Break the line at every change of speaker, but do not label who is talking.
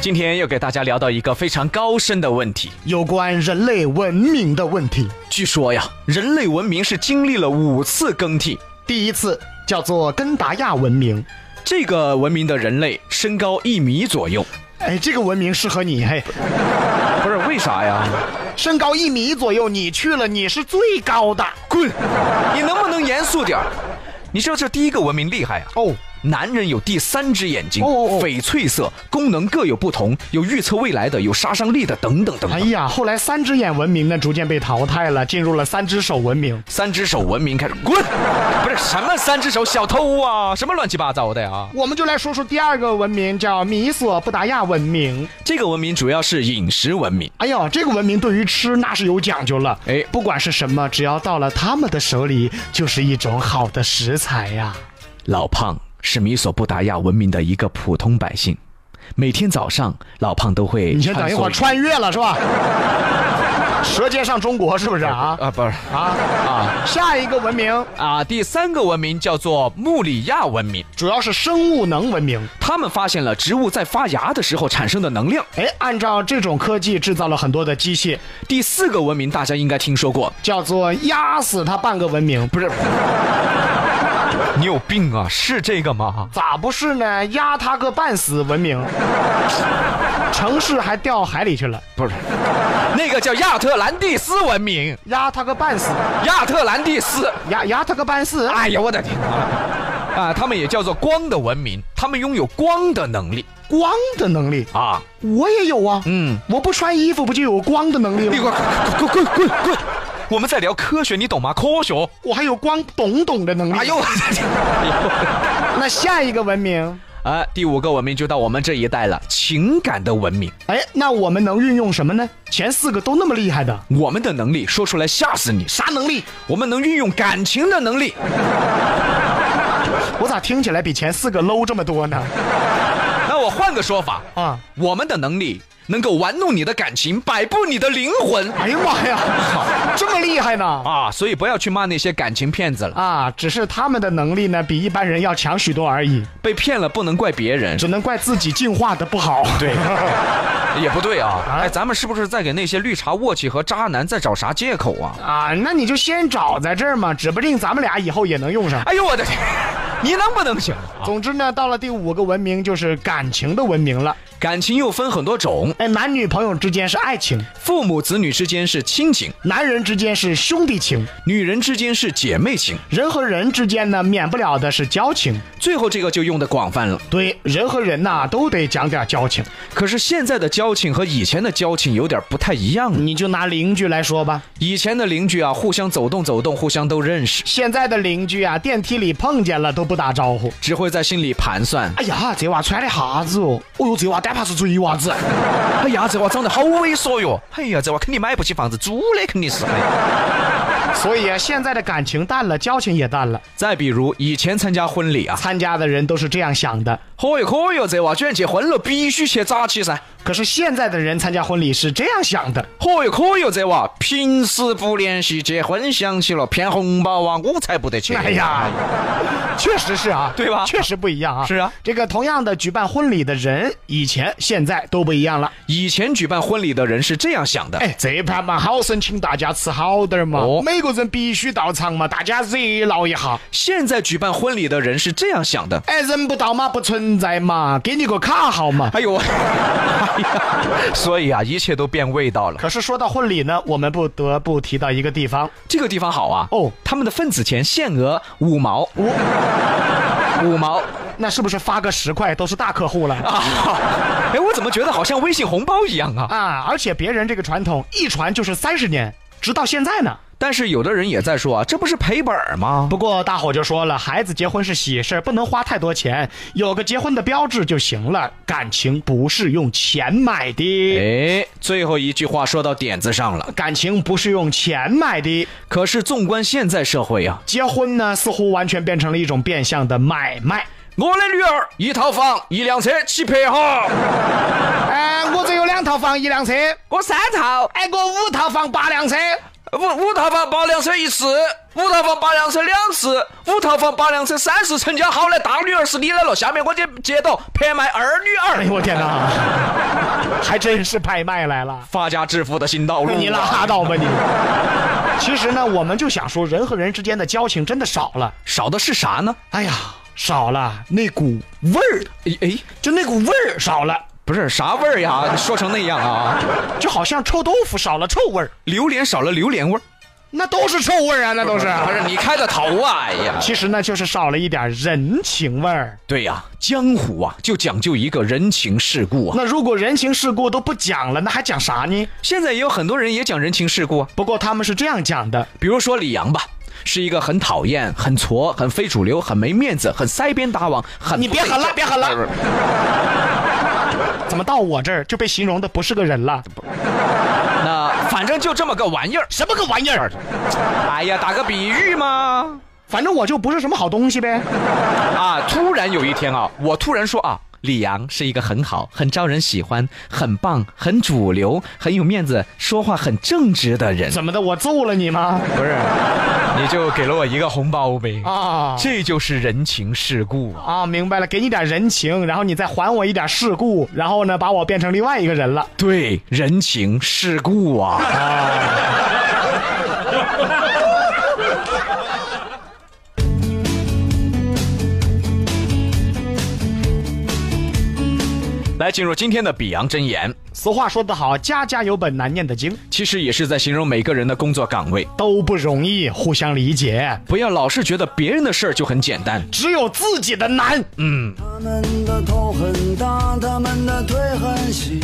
今天要给大家聊到一个非常高深的问题。
有关人类文明的问题。
据说呀，人类文明是经历了五次更替。
第一次叫做根达亚文明，
这个文明的人类身高一米左右，
哎，这个文明适合你，嘿，
不是为啥呀？
身高一米左右，你去了你是最高的
滚！你能不能严肃点儿？你知道这第一个文明厉害啊？
哦。
男人有第三只眼睛，
哦哦哦
翡翠色，功能各有不同，有预测未来的，有杀伤力的，等等等
哎
等。
呀，后来三只眼文明呢逐渐被淘汰了，进入了三只手文明。
三只手文明开始滚，不是什么三只手小偷啊，什么乱七八糟的呀、
我们就来说说第二个文明，叫米索不达亚文明。
这个文明主要是饮食文明，
哎呦，这个文明对于吃那是有讲究了。
哎
不管是什么，只要到了他们的手里，就是一种好的食材呀、
老胖是米索不达亚文明的一个普通百姓，每天早上老胖都会
你先等一会儿，
穿梭
穿越了是吧？舌尖上中国是不是啊？
啊，不是
啊啊！下一个文明
啊，第三个文明叫做穆里亚文明，
主要是生物能文明。
他们发现了植物在发芽的时候产生的能量。
哎，按照这种科技制造了很多的机械，
第四个文明大家应该听说过，
叫做压死它半个文明。
不是？你有病啊？是这个吗？
咋不是呢？压它个半死文明， 城市还掉海里去了，
不是，那个叫亚特兰蒂斯文明，
压它个半死，
亚特兰蒂斯。
压压它个半死。
哎呀，我的天啊！啊，他们也叫做光的文明，他们拥有光的能力
光的能力，
啊。
我也有啊。
嗯，哎
我不穿衣服不就有光的能力
你
吗？
给我滚滚滚滚滚！我们在聊科学，你懂吗？科学。
我还有光懂懂的能力。
哎 呦，我的天！
那下一个文明，
啊，第五个文明就到我们这一代了，情感的文明。
哎，那我们能运用什么呢？前四个都那么厉害的，
我们的能力说出来吓死你，
啥能力？
我们能运用感情的能力。
我咋听起来比前四个 low 这么多呢？
那我换个说法
啊
啊，我们的能力能够玩弄你的感情，摆布你的灵魂
哎呀妈呀，这么厉害呢？
啊！所以不要去骂那些感情骗子了，
啊，只是他们的能力呢，比一般人要强许多而已，
被骗了不能怪别人，
只能怪自己进化的不好。对，
也不对啊。哎，咱们是不是在给那些绿茶卧起和渣男在找啥借口啊？
啊，那你就先找在这儿嘛，指不定咱们俩以后也能用上。
哎呦我的天，你能不能行啊？
总之呢，到了第五个文明就是感情的文明了。
感情又分很多种，
哎，男女朋友之间是爱情，
父母子女之间是亲情，
男人之间是兄弟情，
女人之间是姐妹情，
人和人之间呢，免不了的是交情。
最后这个就用的广泛了。
对，人和人呐、都得讲点交情。
可是现在的交情和以前的交情有点不太一样了。
你就拿邻居来说吧，
以前的邻居啊，互相走动走动，互相都认识，
现在的邻居啊，电梯里碰见了都不打招呼。
只会在心里盘算。
哎呀，这娃穿的啥子哦？哦哟，这娃单怕是追娃子。
哎呀，这娃长得好猥琐哟！哎呀，这娃肯定买不起房子，租的肯定是。哎呀
所以啊，现在的感情淡了，交情也淡了。
再比如以前参加婚礼啊，
参加的人都是这样想的，
嚯哟嚯哟，这娃居然结婚了，必须去扎起噻！
可是现在的人参加婚礼是这样想的。
哦嚯哟嚯哟，这娃平时不联系，结婚想起了骗红包啊，我才不得去！
哎，呀，确实是啊，
对吧
确实不一样啊。
是啊
这个同样的举办婚礼的人，以前现在都不一样了。
以前举办婚礼的人是这样想的。
哎，这盘嘛，好生请大家吃好点儿嘛，
哦
每个人必须到场嘛，大家热闹一下。
现在举办婚礼的人是这样想的。
哎，人不到嘛，不存在嘛，给你个卡号嘛。
哎呦，哎 呀，所以啊，一切都变味道了。
可是说到婚礼呢，我们不得不提到一个地方，
这个地方好啊，
哦
他们的份子钱限额五毛，五五毛
那是不是发个十块都是大客户了 啊
啊！哎，我怎么觉得好像微信红包一样啊？
而且别人这个传统一传就是三十年，直到现在呢。
但是有的人也在说啊，这不是赔本儿吗？
不过大伙就说了，孩子结婚是喜事儿，不能花太多钱，有个结婚的标志就行了。感情不是用钱买的，
哎，最后一句话说到点子上了。
感情不是用钱买的。
可是纵观现在社会啊，
结婚呢，似乎完全变成了一种变相的买卖。
我的女儿一套房一辆车起拍哈，
哎，我这有两套房，一辆车。
我三套，
哎，我五套房，八辆车。
五五套房八辆车一次，五套房八辆车两次，五套房八辆车三次，成交好了，大女儿是你的了。下面我接接到拍卖二女
哎
儿，
呦，我天哪！ 还真是拍卖来了。
发家致富的新道路。
哎你拉倒吧你！其实呢，我们就想说，人和人之间的交情真的少了。
少的是啥呢？
哎呀，少了那股味儿，
哎哎，
就那股味儿少了，
不是啥味儿呀？说成那样啊？
就好像臭豆腐少了臭味儿，
榴莲少了榴莲味儿，
那都是臭味儿啊，那都是。
不是你开的头啊！哎呀，
其实呢，就是少了一点人情味儿。
对呀、江湖啊就讲究一个人情世故啊。
那如果人情世故都不讲了，那还讲啥呢？
现在也有很多人也讲人情世故啊，
不过他们是这样讲的，
比如说李阳吧。是一个很讨厌、很矬、很非主流、很没面子、很腮边打网、很
你别
不对
喊了
劲
别喊了
不是不是
怎么到我这儿就被形容的不是个人了？
那反正就这么个玩意儿。
什么个玩意儿？
哎呀，打个比喻嘛，
反正我就不是什么好东西呗。
啊，突然有一天啊，我突然说啊，李阳是一个很好、很招人喜欢、很棒、很主流、很有面子、说话很正直的人。
怎么的？我揍了你吗？
不是，你就给了我一个红包呗。
啊
这就是人情世故啊！
啊，明白了，给你点人情，然后你再还我一点世故，然后呢，把我变成另外一个人了。
对，人情世故啊！ 来，进入今天的比昂真言，
俗话说得好，家家有本难念的经，
其实也是在形容每个人的工作岗位，
都不容易，互相理解，
不要老是觉得别人的事儿就很简单。
只有自己的难。
他们的头很大，他们的腿很细。